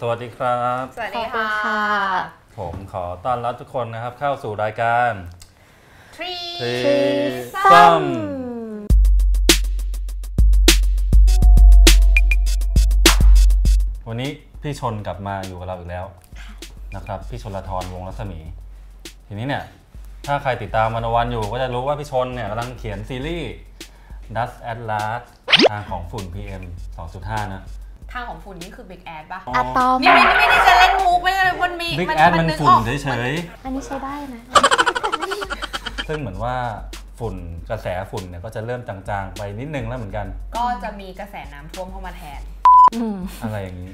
สวัสดีครับ สวัสดีค่ะ ผมขอต้อนรับทุกคนนะครับเข้าสู่รายการ Tree ที ส้ ซ่อม ม วันนี้พี่ชนกลับมาอยู่กับเราอีกแล้วนะครับพี่ชนละทรวงศ์รัศมี ทีนี้เนี่ย ถ้าใครติดตามมานวันอยู่ก็จะรู้ว่าพี่ชนเนี่ยกำลังเขียนซีรีส์ Dust at Last ทางของฝุ่น PM 2.5 นะ ทางของฝุ่นนี่คือ Big Ad ป่ะ อ๋ อะต อ อม นี่ไม่ไม่ได้จะเล่นมุกไม่ได้มันมี Big Ad มันฝุ่นเฉยๆ อันนี้ใช้ได้นะ ซึ่งเหมือนว่าฝุ่นกระแสฝุ่นเนี่ยก็จะเริ่มจางๆ ไปนิดนึงแล้วเหมือนกัน ก็จะมีกระแสน้ำท่วมเข้ามาแทน อืม อะไรอย่างนี้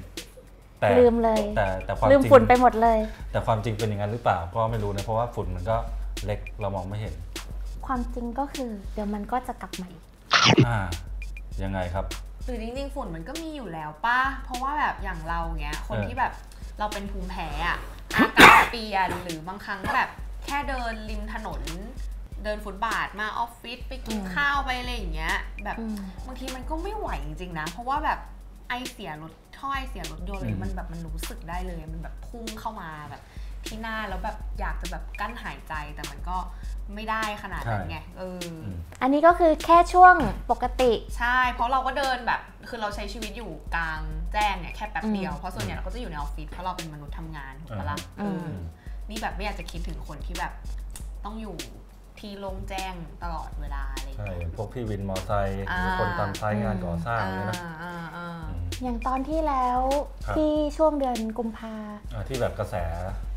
แต่ ลืมเลย แต่แต่ความจ ลื ริ ม ง ฝุ่นไปหมดเลย แต่ความจริงเป็นอย่างนั้นหรือเปล่าก็ไม่รู้นะเพราะว่าฝุ่นมันก็เล็กเรามองไม่เห็น ความจริงก็คือ เดี๋ยวมันก็จะกลับมาอีก อ่ายังไงครับ หรือจริงๆ ฝุ่นมันก็มีอยู่แล้วป่ะ เพราะว่าแบบอย่างเราเงี้ย คน เออ ที่แบบเราเป็นภูมิแพ้อะอากาศเปลี่ยนหรือบางครั้งก็แบบแค่เดินริมถนน เดินฟุตบาทมาออฟฟิศไปกิน อืม ข้าวไปอะไรอย่างเงี้ย แบบ อืม บางทีมันก็ไม่ไหวจริงๆนะ เพราะว่าแบบไอเสียรถถ้อยเสียรถยนต์เลย อืม มันแบบมันรู้สึกได้เลย มันแบบพุ่งเข้ามาแบบที่หน้าแล้วแบบอยากจะแบบกั้นหายใจแต่มันก็ไม่ได้ขนาดนั้นไงเอออ อืม อันนี้ก็คือแค่ช่วงปกติ ใช่ เพราะเราก็เดินแบบ คือเราใช้ชีวิตอยู่กลางแจ้งเนี่ยแค่แป๊บเดียว อืม เพราะส่วนใหญ่เราก็จะอยู่ในออฟฟิศ เพราะเราเป็นมนุษย์ทำงานถูกปะล่ะเอ อื อ ม อนี่แบบไม่อยากจะคิดถึงคนที่แบบต้องอยู่ที่โล่งแจ้งตลอดเวลาอะไรอย่าง ใช่ เงี้ย พวกพี่วินมอไซค์ห อ่า รือคนตามซ้ายงานก่อสร้าง อ่า เนี่ยนะ อ่าอ่า อืม อย่างตอนที่แล้ว ครับ ที่ช่วงเดือนกุมภา อ่าที่แบบกระแส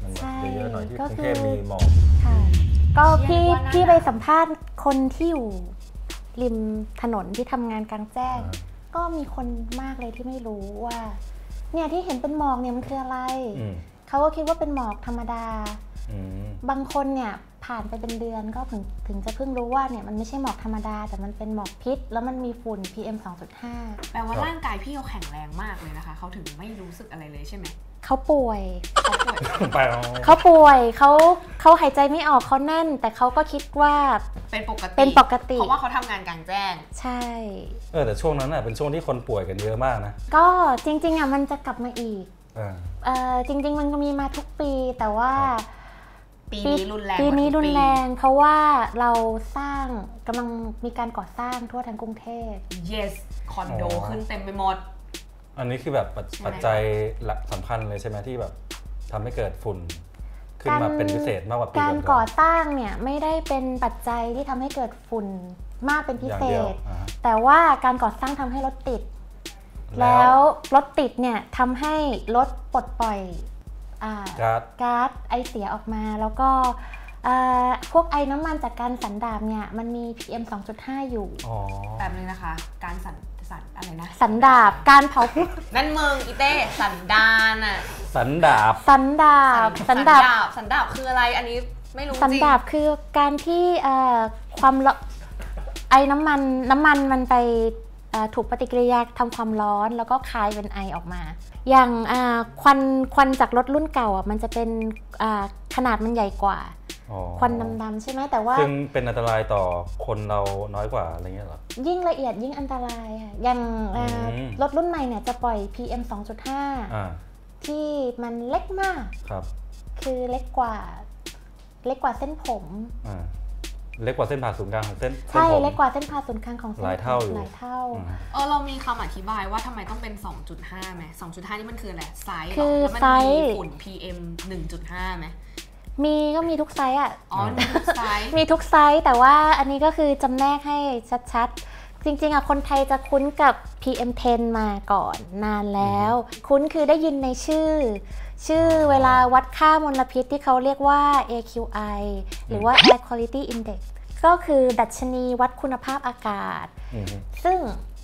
มันแบบ ใช่ เยอะๆหน่อยที่ ก็ กรุง คือ เทพมีหมอก ค่ะ ก็พี่ เรียกว่าน่า พี่ไปสัมภาษณ์คนที่อยู่ริมถนนที่ทำงานกลางแจ้ง อ่า ก็มีคนมากเลยที่ไม่รู้ว่า เนี่ยที่เห็นเป็นหมอกเนี่ยมันคืออะไร อืม เขาก็คิดว่าเป็นหมอกธรรมดา อืม บางคนเนี่ยผ่านไปเป็นเดือนก็ถึงถึงจะเพิ่งรู้ว่าเนี่ยมันไม่ใช่หมอกธรรมดา แต่มันเป็นหมอกพิษ แล้วมันมีฝุ่น PM 2.5 แปลว่าร่างกายพี่เขาแข็งแรงมากเลยนะคะ เขาถึงไม่รู้สึกอะไรเลยใช่ไหม เขาป่วย เขาป่วย ไปเอา เขาป่วยเขาเขาหายใจไม่ออกเขาแน่น แต่เขาก็คิดว่า เป็นปกติ เป็นปกติ เพราะว่าเขาทำงานกลางแจ้ง ใช่ เออแต่ช่วงนั้นน่ะเป็นช่วงที่คนป่วยกันเยอะมากนะ ก็จริงๆอ่ะมันจะกลับมาอีก อ่า เออจริง ๆ มันก็มีมาทุกปีแต่ว่า ครับ ปีนี้รุนแรง ปีนี้ กว่าทุก รุนแรง เพราะว่าเราสร้างกำลังมีการก่อสร้างทั่วทั้งกรุงเทพ ปี yes คอนโด อ๋อ ขึ้นเต็มไปหมด อันนี้คือแบบปัจ ใช่ไหม ปัจจัยหลักสำคัญเลยใช่ไหมที่แบบทำให้เกิดฝุ่น ขึ้นมาเป็นพิเศษมากกว่าปี การ ก่อนๆ ก่อสร้างเนี่ยไม่ได้เป็นปัจจัยที่ทำให้เกิดฝุ่นมากเป็นพิ อย่าง เศ เดียว ษ อ่าฮะ แต่ว่าการก่อสร้างทำให้รถติด แล้วรถติดเนี่ยทำให้รถปลดปล่อยอ่า ก๊าซ ก๊าซไอเสียออกมา แล้วก็เอ่อพวกไอ้น้ำมันจากการสันดาบเนี่ยมันมี PM 2.5 อยู่ อ๋อ แบบนึงนะคะ การสั่นสั่นอะไรนะ สันดาบการเผา นั่นมึงอีเต้สันดานอะ สันดาบ สันดาบสันดาบ สันดาบคืออะไรอันนี้ไม่รู้จริง สันดาบคือการที่เอ่อความร้อนไอ้น้ำมันน้ำมันมันไปเอ่อถูกปฏิกิริยาทำความร้อนแล้วก็คายเป็นไอออกมา อย่างอ่าควันควันจากรถรุ่นเก่าอ่ะมันจะเป็นอ่าขนาดมันใหญ่กว่า อ๋อ ควันดำๆใช่ไหมแต่ว่า ซึ่งเป็นอันตรายต่อคนเราน้อยกว่าอะไรเงี้ยเหรอ ยิ่งละเอียดยิ่งอันตรายค่ะอย่างอ่า อืม รถรุ่นใหม่เนี่ยจะปล่อย PM 2.5 อ่า ที่มันเล็กมาก ครับ คือเล็กกว่า เล็กกว่าเส้นผม อ่าเล็กกว่าเส้นผ่าศูนย์กลางของเส้นส้น ใช่ ผม เล็กกว่าเส้นผ่าศูนย์กลางของส้น หลายเท่าอยู่ หลายเท่า อืม เออเรามีคำอธิบายว่าทำไมต้องเป็น 2.5ไหม2.5 นี่มันคืออะไรไซส์เหร คือ แล้วมั ไซส์ มีฝุ่น PM 1.5ไหม มีก็มีทุกไซส์อ่ะ อ๋อมันคือไซส์ มีทุกไซส์แต่ว่าอันนี้ก็คือจำแนกให้ชัดๆ จริงๆอ่ะคนไทยจะคุ้นกับ PM10 มาก่อนนานแล้ว คุ้นคือได้ยินในชื่อ ชื่อเวลาวัดค่ามลพิษที่เขาเรียกว่า AQI หรือว่า Air Quality Index ก็คือดัชนีวัดคุณภาพอากาศ อืม ซึ่ง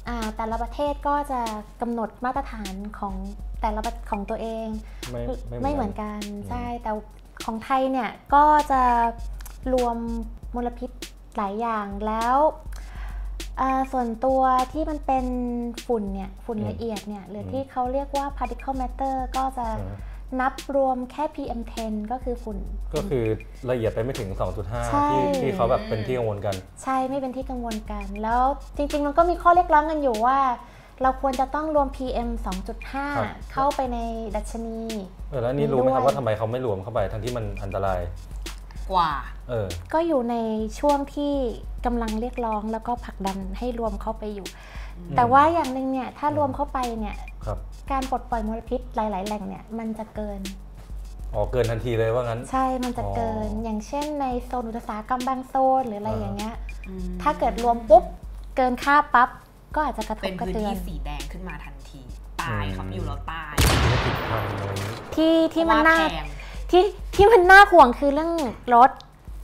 อ่าแต่ละประเทศก็จะกำหนดมาตรฐานของแต่ละประของตัวเอง ไม่ ไม่เหมือนกันใช่แต่ของไทยเนี่ยก็จะรวมมลพิษหลายอย่างแล้วเอ่อส่วนตัวที่มันเป็นฝุ่นเนี่ยฝุ่นละเอียดเนี่ยหรือที่เขาเรียกว่า particle matter ก็จะ อ่า นับรวมแค่ PM10 ก็คือฝุ่น ก็คือละเอียดไปไม่ถึง 2.5 ใช่ ที่ที่เขาแบบเป็นที่กังวลกัน ใช่ไม่เป็นที่กังวลกัน แล้วจริงๆมันก็มีข้อเรียกร้องกันอยู่ว่า เราควรจะต้องรวม PM ครับ 2.5 เข้าไปในดัชนี เออแล้วนี่รู้ไหมครับ ด้วย ว่าทำไมเขาไม่รวมเข้าไปทั้งที่มันอันตราย กว่า เออ ก็อยู่ในช่วงที่กำลังเรียกร้องแล้วก็ผลักดันให้รวมเข้าไปอยู่ ม แต่ว่าอย่างหนึ่งเนี่ยถ้ารวมเข้าไปเนี่ย ครับ การปลดปล่อยมลพิษหลาย ๆ แหล่งเนี่ยมันจะเกิน อ๋อเกินทันทีเลยว่างั้น ใช่มันจะเกิน อ๋ออ อย่างเช่นในโซนอุตสาหกรรมบางโซนหรืออะไร อ่า อย่างเงี้ย อืม ถ้าเกิดรวมปุ๊บเกินค่าปั๊บก็อาจจะกระท เป็ บ น กระ พื้น เทือ ที่ น สีแดงขึ้นมาทันที ตายครับ อืม อยู่แล้วตาย ธุรกิจพังอะไรนี้ ที่ที่มัน เพระ น่า ว่แพง ที่ที่มันน่าห่วงคือเรื่องรถ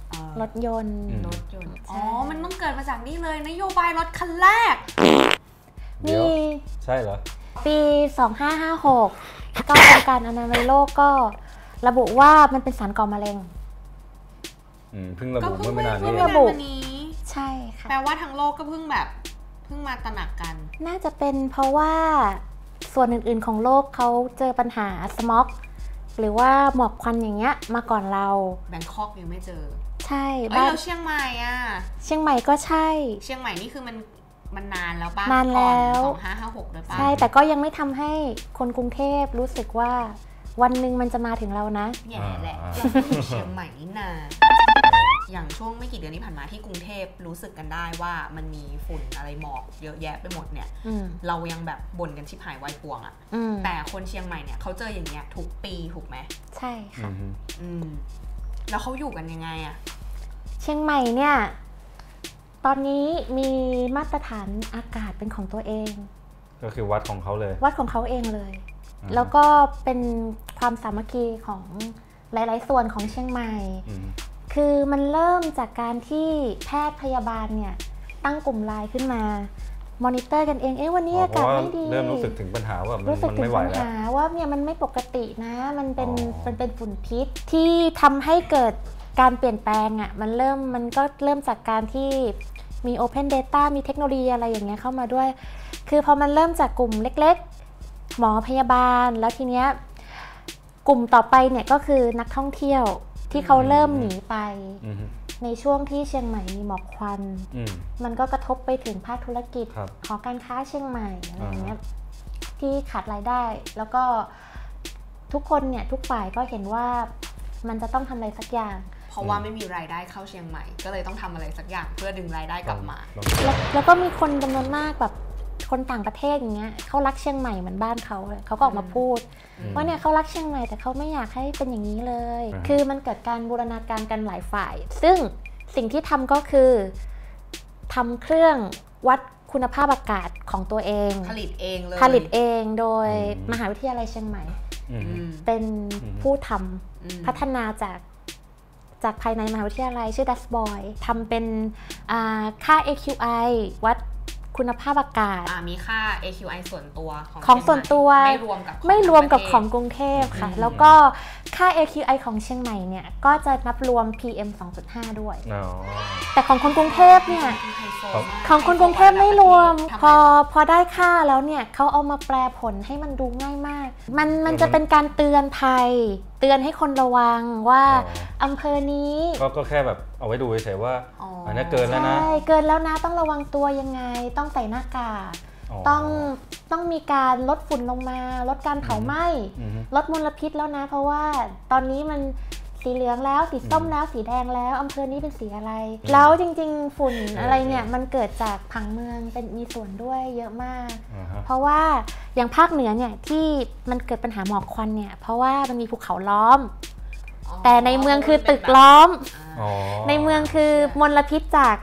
เออ รถยนต์ อืม รถยนต์ ใช่ อ๋อ มันต้องเกิดมาจากนี่เลยนโยบายรถคันแรก เดี๋ มี ยว ใช่เหรอ ปี 2556 ก็องค์การอนามัยโลกก็ระบุว่ามันเป็นสารก่อมะเร็ง อืมเพิ่งระ ก็ บุ เพิ่ เมื่ ง อไม่นานไม่เพิ่ นี้ ง เองไม่นานมานี้ ใช่ค่ะ แปลว่าทั้งโลกก็เพิ่งแบบเพิ่งมาตระหนักกัน น่าจะเป็นเพราะว่าส่วนอื่นๆของโลกเขาเจอปัญหาสม็อกหรือว่าหมอกควันอย่างเงี้ยมาก่อนเรา แบงคอกยังไม่เจอ ใช่ เอ้ย บ้าน แล้วเชียงใหม่อ่ะ เชียงใหม่ก็ใช่ เชียงใหม่นี่คือมันมันนานแล้วป่ะ นานแล้ว สองห้าห้าหกเลยป่ะ ใช่ แต่ก็ยังไม่ทำให้คนกรุงเทพรู้สึกว่า วันหนึ่งมันจะมาถึงเรานะ แย่แหละเชียงใหม่นี่นาอย่างช่วงไม่กี่เดือนที่ผ่านมาที่กรุงเทพรู้สึกกันได้ว่ามันมีฝุ่นอะไรหมอกเยอะแยะไปหมดเนี่ย อืม เรายังแบบบ่นกันชิบหายวายป่วงอะ อืม แต่คนเชียงใหม่เนี่ยเขาเจออย่างเงี้ยทุกปีถูกไหม ใช่ อื ค่ะ มฮึ อืม แล้วเขาอยู่กันยังไงอะ เชียงใหม่เนี่ย ตอนนี้มีมาตรฐานอากาศเป็นของตัวเอง ก็คือวัดของเขาเลย วัดของเขาเองเลย อืม แล้วก็เป็นความสามัคคีของหลาย ๆ ส่วนของเชียงใหม่ อืม คือมันเริ่มจากการที่แพทย์พยาบาลเนี่ย ตั้งกลุ่มไลน์ขึ้นมา มอนิเตอร์กันเองเอ๊ะวันนี้ อ๋อ อาการเพาะ ศ ว่า ไม่ดี เริ่มรู้สึกถึงปัญหาว่ามัน รู้สึก มัน ถึ ไม่ ง ไหว ปัญ แล้ว หาว่าเนี่ยมันไม่ปกตินะ มันเป็น อ๋อ มันเป็นฝุ่นพิษที่ทำให้เกิดการเปลี่ยนแปลงอะ่ะมันเริ่มมันก็เริ่มจากการที่มี Open Data มีเทคโนโลยีอะไรอย่างเงี้ยเข้ามาด้วย คือพอมันเริ่มจากกลุ่มเล็กๆ หมอพยาบาลแล้วทีเนี้ยกลุ่มต่อไปเนี่ยก็คือนักท่องเที่ยวที่เขาเริ่มหนีไป อืมฮึ ในช่วงที่เชียงใหม่มีหมอกควัน อืม มันก็กระทบไปถึงภาคธุรกิจ ครับ หอการค้าเชียงใหม่อะไรอย่างเงี้ย อ่า ที่ขาดรายได้ แล้วก็ทุกคนเนี่ยทุกฝ่ายก็เห็นว่ามันจะต้องทำอะไรสักอย่าง เพราะว่าไม่มีรายได้เข้าเชียงใหม่ ก็เลยต้องทำอะไรสักอย่างเพื่อดึงรายได้กลับมา ลอง แล้วแล้วก็มีคนจำนวนมากแบบคนต่างประเทศอย่างเงี้ยเขารักเชียงใหม่เหมือนบ้านเขาเลยเขาก็ออกมา อืม พูด อืม ว่าเนี่ยเขารักเชียงใหม่แต่เขาไม่อยากให้เป็นอย่างนี้เลย อ่าฮะ คือมันเกิดการบูรณาการกันหลายฝ่าย ซึ่งสิ่งที่ทำก็คือทำเครื่องวัดคุณภาพอากาศของตัวเอง ผลิตเองเลย ผลิตเองโดย อืม มหาวิทยาลัยเชียงใหม่ อืม อื ฮึ ม เป็น อืม ผู้ทำ อืม พัฒนาจากจากภายในมหาวิทยาลัยชื่อ Dust Boy ทำเป็นอ่าค่า AQI วัดคุณภาพอากาศ อ่ามีค่า AQI ส่วนตัวของ ของ เชีย ส่วนตัว ไม่รวมกับ ไม่รวมกับของ ทั้ กรุงเทพค่ะ อืม แล้วก็ค่า AQI ของเชียงใหม่เนี่ย ก็จะนับรวม PM 2.5 ด้วย อ๋อ แต่ของคนกรุงเทพเนี่ย ไฮโซ ของ มาก ของคนกรุงเทพไม่รวม ทำไ พอพอได้ค่าแล้วเนี่ยเขาเอามาแปลผลให้มันดูง่ายมาก มันมันจะเป็นการเตือนภัย เตือนให้คนระวังว่าอำเภอนี้ ก็ก็แค่แบบเอาไว้ดูเฉยๆว่า อ๋ออั อันนี้เกินแล้วนะ ใช่เกินแล้วนะต้องระวังตัวยังไง ต้องใส่หน้ากากต้องต้องมีการลดฝุ่นลงมา ลดการเผาไหม้ อืมฮึ ลดมลพิษแล้วนะ เพราะว่าตอนนี้มันสีเหลืองแล้วสีส้มแล้วสีแดงแล้วอำเภอนี้เป็นสีอะไร แล้วจริงๆ ฝุ่น เอออ อะไรเนี่ยมันเกิดจากผังเมืองเป็นมีส่วนด้วยเยอะมาก อ่าฮะ เพราะว่าอย่างภาคเหนือเนี่ยที่มันเกิดปัญหาหมอกควันเนี่ยเพราะว่ามันมีภูเขาล้อม อ๋อ แต่ในเมืองคือตึกล้อม อ๋อ ในเมืองคือมลพิษจาก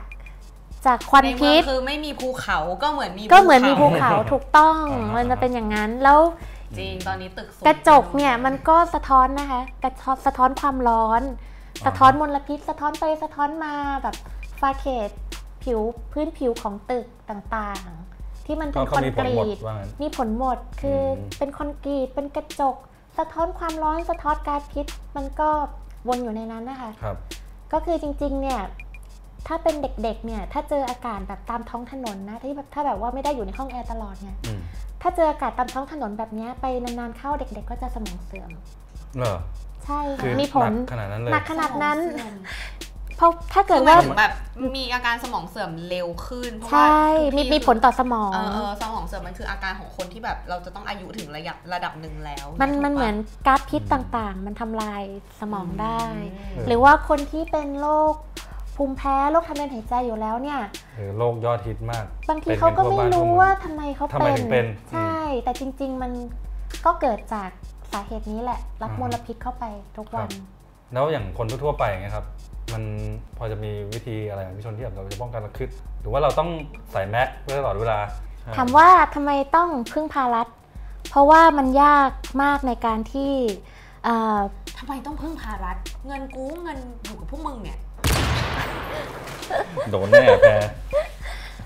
จากควัน ในเมื พิ อง ษ คือไม่มีภูเขาก็เหมือนมี ก็เหมือนมีภูเขาถูกต้อง อ่ามั มันจะเป็นอย่างนั้น แล้ว จริงตอนนี้ตึกสูง กระจกเนี่ยมันก็สะท้อนนะคะกระท้อนสะท้อนความร้อน สะท้อนมลพิษ สะท้อนไปสะท้อนมาแบบฟาเขตผิวพื้นผิวของตึกต่างๆ ที่มัน ก็ เป็น ก็ คอน มีผ ก ล รี หมด ต ว่างั้น มีผลหมดคืออ ม เป็นคอนกรีตเป็นกระจก สะท้อนความร้อนสะท้อนก๊าซพิษ มันก็วนอยู่ในนั้นนะคะ ครับ ก็คือจริงๆ เนี่ย ถ้าเป็นเด็กๆ เนี่ย ถ้าเจออากาศแบบตามท้องถนนนะ ที่แบบถ้าแบบว่าไม่ได้อยู่ในห้องแอร์ตลอดเนี่ย อืม ถ้าเจออากาศตามท้องถนนแบบเนี้ยไปนานๆ เข้าเด็กๆ ก็จะสมองเสื่อม เหรอ ใช่ คือ ค่ะ มีผล หนักขนาดนั้นเลย หนักขนาดนั้น เสื่อม เพราะถ้า คื เกิ อ ด หมาย ว่า ถึงแบบมีอาการสมองเสื่อมเร็วขึ้น เพราะว่า ใช่ ทุก มี ที่ มีผลต่อสมอง เออเออสมองเสื่อมมันคืออาการของคนที่แบบเราจะต้องอายุถึงระยะระดับหนึ่งแล้ว มันมัน ถูกปะ เหมือนก๊าซพิษต่างๆ มันทำลายสมองได้ อืม หรือว่าคนที่เป็นโรคภูมิแพ้โรคทางเดินหายใจอยู่แล้วเนี่ย หรือโรคยอดฮิตมาก บางทีเขาก็ไม่รู้ว่าทำไมเขา ทำไมถึงเป็น ใช่ แต่จริงๆมันก็เกิดจากสาเหตุนี้แหละ รับ อ่าม มลพิษเข้าไปทุกวัน ครับ แล้วอย่างคนทั่วๆไปอย่างเงี้ยครับ มันพอจะมีวิธีอะไรของพี่ชนที่แบบเราจะป้องกันระคืดหรือว่าเราต้องใส่แมสเพื่อตลอดเวลา ถามว่าทำไมต้องพึ่งพารัฐ เพราะว่ามันยากมากในการที่เอ่อ ทำไมต้องพึ่งพารัฐ เงินกู้เงินอยู่กับพวกมึงเนี่ย โดนแน่แพ้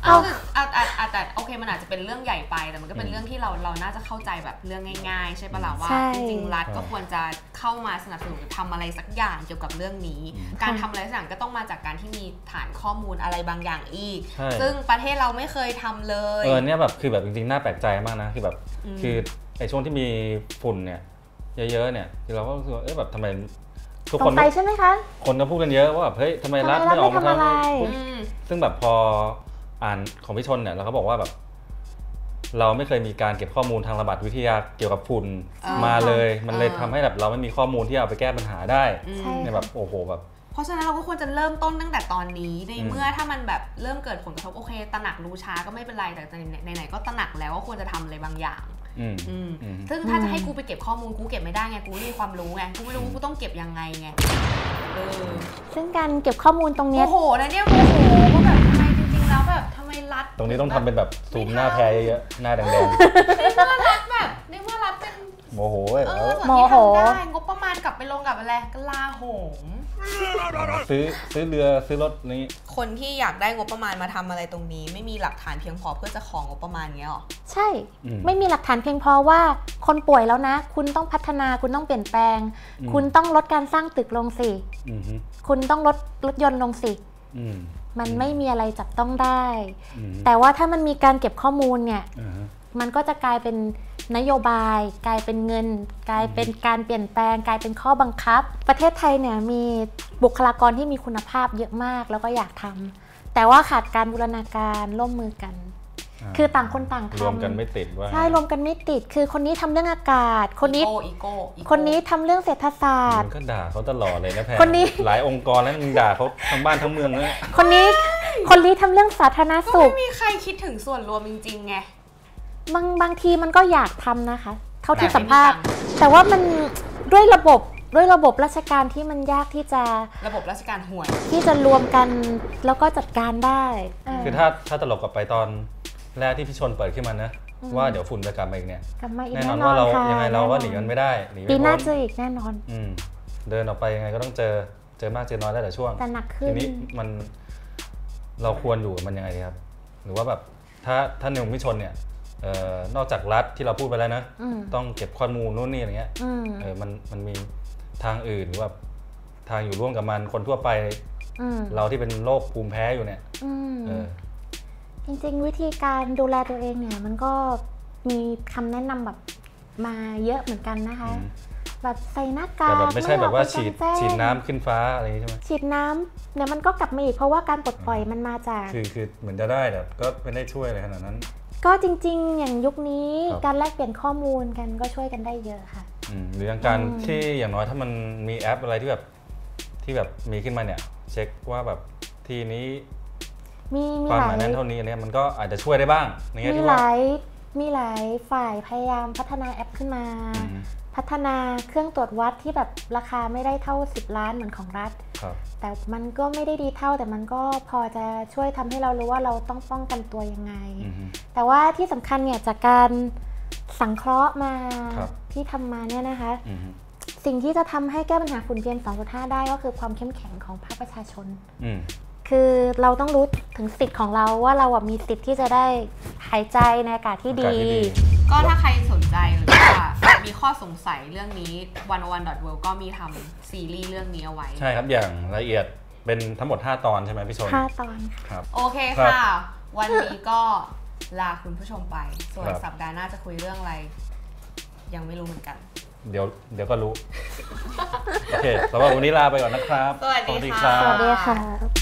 เอาเอาเอาเอาแต่โอเคมันอาจจะเป็นเรื่องใหญ่ไปแต่มันก็เป็นเรื่องที่เราเราน่าจะเข้าใจแบบเรื่องง่าย ๆ ใช่ปะล่ะว่า ใช่ จริงๆรัฐก็ควรจะเข้ามาสนับสนุนหรือทำอะไรสักอย่างเกี่ยวกับเรื่องนี้ อืม การทำอะไรสักอย่างก็ต้องมาจากการที่มีฐานข้อมูลอะไรบางอย่างอีก ใช่ ซึ่งประเทศเราไม่เคยทำเลย เออเนี่ยแบบคือแบบจริงๆ น่าแปลกใจมากนะ คือแบบ อืม คือไอ้ช่วงที่มีฝุ่นเนี่ยเยอะๆเนี่ยคือเราก็รู้สึกว่าเอ๊ะแบบทำไมทุก ส ค ง น สัยใช่ไหมคะ คนก็พูดกันเยอะว่าแบบเฮ้ยทำไมรัฐ ทำไมรัฐ ไม่ออกมา ไม่ทำอะไร ทำ อืม ซึ่งแบบพออ่านของพี่ชนเนี่ยเราก็บอกว่าแบบ เราไม่เคยมีการเก็บข้อมูลทางระบาดวิทยาเกี่ยวกับฝุ่น อ่าม มาเลย มันเลย อ่า ทำให้แบบเราไม่มีข้อมูลที่เอาไปแก้ปัญหาได้ อืม ใช่ เนี่ยแบบโอ้โหแบบ เพราะฉะนั้นเราก็ควรจะเริ่มต้นตั้งแต่ตอนนี้ใน อืม เมื่อถ้ามันแบบเริ่มเกิดผลกระทบโอเค ตระหนักรู้ช้าก็ไม่เป็นไรแต่ไหนๆก็ตระหนักแล้วว่าควรจะทำอะไรบางอย่าง อืม อืม อืม ซึ่งถ้าจะให้กูไปเก็บข้อมูลกูเก็บไม่ได้ไงกูไม่มีความรู้ไงกูไม่รู้ว่ากูต้องเก็บยังไงไงเออ ซึ่งการเก็บข้อมูลตรง โม เนี้ย โหนะเนี่ยโมโหว่าแบบทำไมจริงๆแล้วแบบทำไมรัด ตรงนี้ต้องทำเป็นแบบซูมหน้าแพ้เยอะๆหน้าแดง แบบในเมื่อรัดเป็น ๆโมโหเลย เอ แล้วอส่วน โม ที่ โห ทำได้งบประมาณกลับไปลงกับอะไรกลาโหม ซื้อซื้อเรือซื้อรถอะไรอย่างงี้ คนที่อยากได้งบประมาณมาทำอะไรตรงนี้ ไม่มีหลักฐานเพียงพอเพื่อจะของงบประมาณเงี้ยหรอ ใช่ อืม ไม่มีหลักฐานเพียงพอว่าคนป่วยแล้วนะ คุณต้องพัฒนา คุณต้องเปลี่ยนแปลง อืม คุณต้องลดการสร้างตึกลงสิ อืมฮึ คุณต้องลดรถยนต์ลงสิ อืม มันไม่มีอะไรจับต้องได้ อืมฮึ แต่ว่าถ้ามันมีการเก็บข้อมูลเนี่ย อ่าฮะ มันก็จะกลายเป็นนโยบาย กลายเป็นเงิน กลายเป็นการเปลี่ยนแปลง กลายเป็นข้อบังคับ ประเทศไทยเนี่ยมีบุคลากรที่มีคุณภาพเยอะมากแล้วก็อยากทำแต่ว่าขาดการบูรณาการร่วมมือกัน อ่า คือต่างคนต่างทำ รวมกันไม่ติดว่า ใช่รวมกันไม่ติด คือคนนี้ทำเรื่องอากาศ คนนี้ อีโก้อีโก้อีโก้ คนนี้ทำเรื่องเศรษฐศาสตร์ มันก็ด่าเขาตลอดเลยนะแพ้ คนนี้ หลายองค์กรแล้วมึงด่าเขาทั้งบ้านทั้งเมืองเลย คนนี้ คนนี้ทำเรื่องสาธารณ ก็ สุ ไม่ ข มีใครคิดถึงส่วนรวมจริงๆไง บางบางทีมันก็อยากทำนะคะ เท่าที่ แต่ไม่ สัมภาษณ์ มีตังค์ แต่ว่ามันด้วยระบบด้วยระบบราชการที่มันยากที่จะ ระบบราชการห่วย ที่จะรวมกันแล้วก็จัดการได้อ่า คือถ้าถ้าตลกกลับไปตอนแรกที่พี่ชนเปิดขึ้นมานะ อืม ว่าเดี๋ยวฝุ่นจะกลับมาอีกเนี่ย กลับมาอีก แน่ แน่ นอน นอ ว่านเรา ค่ะ ยังไงเราก็ห แอ นีมันไม่ได้หนีไม่ ปีหน้า พ้น เจออีกแน่นอน อืมเดินออกไปยังไงก็ต้องเจอเจอมากเจอน้อยแล้วแต่ช่วง แต่หนักขึ้น ทีนี้มันเราควรอยู่กับมันยังไงดีครับ หรือว่าแบบถ้าถ้าในมุมพี่ชนเนี่ยเอ่อนอกจากรัฐที่เราพูดไปแล้วนะ อืม ต้องเก็บข้อมูลนู่นนี่อะไรเงี้ย อืม เออมันมันมีทางอื่นหรือว่าทางอยู่ร่วมกับมันคนทั่วไป อืม เราที่เป็นโรคภูมิแพ้อยู่เนี่ย อืม เออ จริงๆ วิธีการดูแลตัวเองเนี่ย มันก็มีคำแนะนำแบบมาเยอะเหมือนกันนะคะ อืม แบบใส่หน้ากา แต่ ก แบบไม่ใช่แบบว่าฉีด ไม่ออกไปกลางแจ้ง ฉีดน้ำขึ้นฟ้าอะไรอย่างนี้ใช่ไหม ฉีดน้ำเนี่ยมันก็กลับมาอีกเพราะว่าการปลดปล่อยมันมาจาก คือคือเหมือนจะได้แต่ก็ไม่ได้ช่วยอะไรขนาดนั้น ก็จริงๆ อย่างยุคนี้ ครับ การแลกเปลี่ยนข้อมูลกันก็ช่วยกันได้เยอะค่ะ อืมหรืออย่างการ อืม ที่อย่างน้อยถ้ามันมีแอปอะไรที่แบบที่แบบมีขึ้นมาเนี่ย เช็คว่าแบบทีนี้ มีมี ความ หลามหาย ย นั้นเท่านี้อันเนี้ยมันก็อาจจะช่วยได้บ้างในแง่ มี ที่ ห ว่า ลายมีหลายฝ่ายพยายามพัฒนาแอปขึ้นมา อืม พัฒนาเครื่องตรวจวัดที่แบบราคาไม่ได้เท่า 10 ล้านเหมือนของรัฐ ครับ แต่มันก็ไม่ได้ดีเท่า แต่มันก็พอจะช่วยทำให้เรารู้ว่าเราต้องป้องกันตัวยังไง อืม แต่ว่าที่สำคัญเนี่ยจากการสังเคราะห์มา ครับ ที่ทำมาเนี่ยนะคะ อืม สิ่งที่จะทำให้แก้ปัญหาฝุ่น PM 2.5 ได้ก็คือความเข้มแข็งของภาคประชาชน อืม คือเราต้องรู้ถึงสิทธิ์ของเราว่าเราอะมีสิทธิ์ที่จะได้หายใจในอากาศที่ อากาศที่ดี ก็ถ้าใครสนใจหรือว่ามีข้อสงสัยเรื่องนี้ one one dot world ก็มีทำซีรีส์เรื่องนี้เอาไว้ ใช่ครับอย่างละเอียดเป็นทั้งหมด 5 ตอนใช่ไหมพี่ชน ห้าตอนค่ะ ครับ โอเค ครั ค่ะ บ วันนี้ก็ลาคุณผู้ชมไป ส่วน ครับ สัปดาห์หน้าจะคุยเรื่องอะไร ยังไม่รู้เหมือนกัน เดี๋ยวเดี๋ยวก็รู้ โอเคสำหรับวันนี้ลาไปก่อนนะครับ สวัสดีค่ะ สวัสดีค่ะ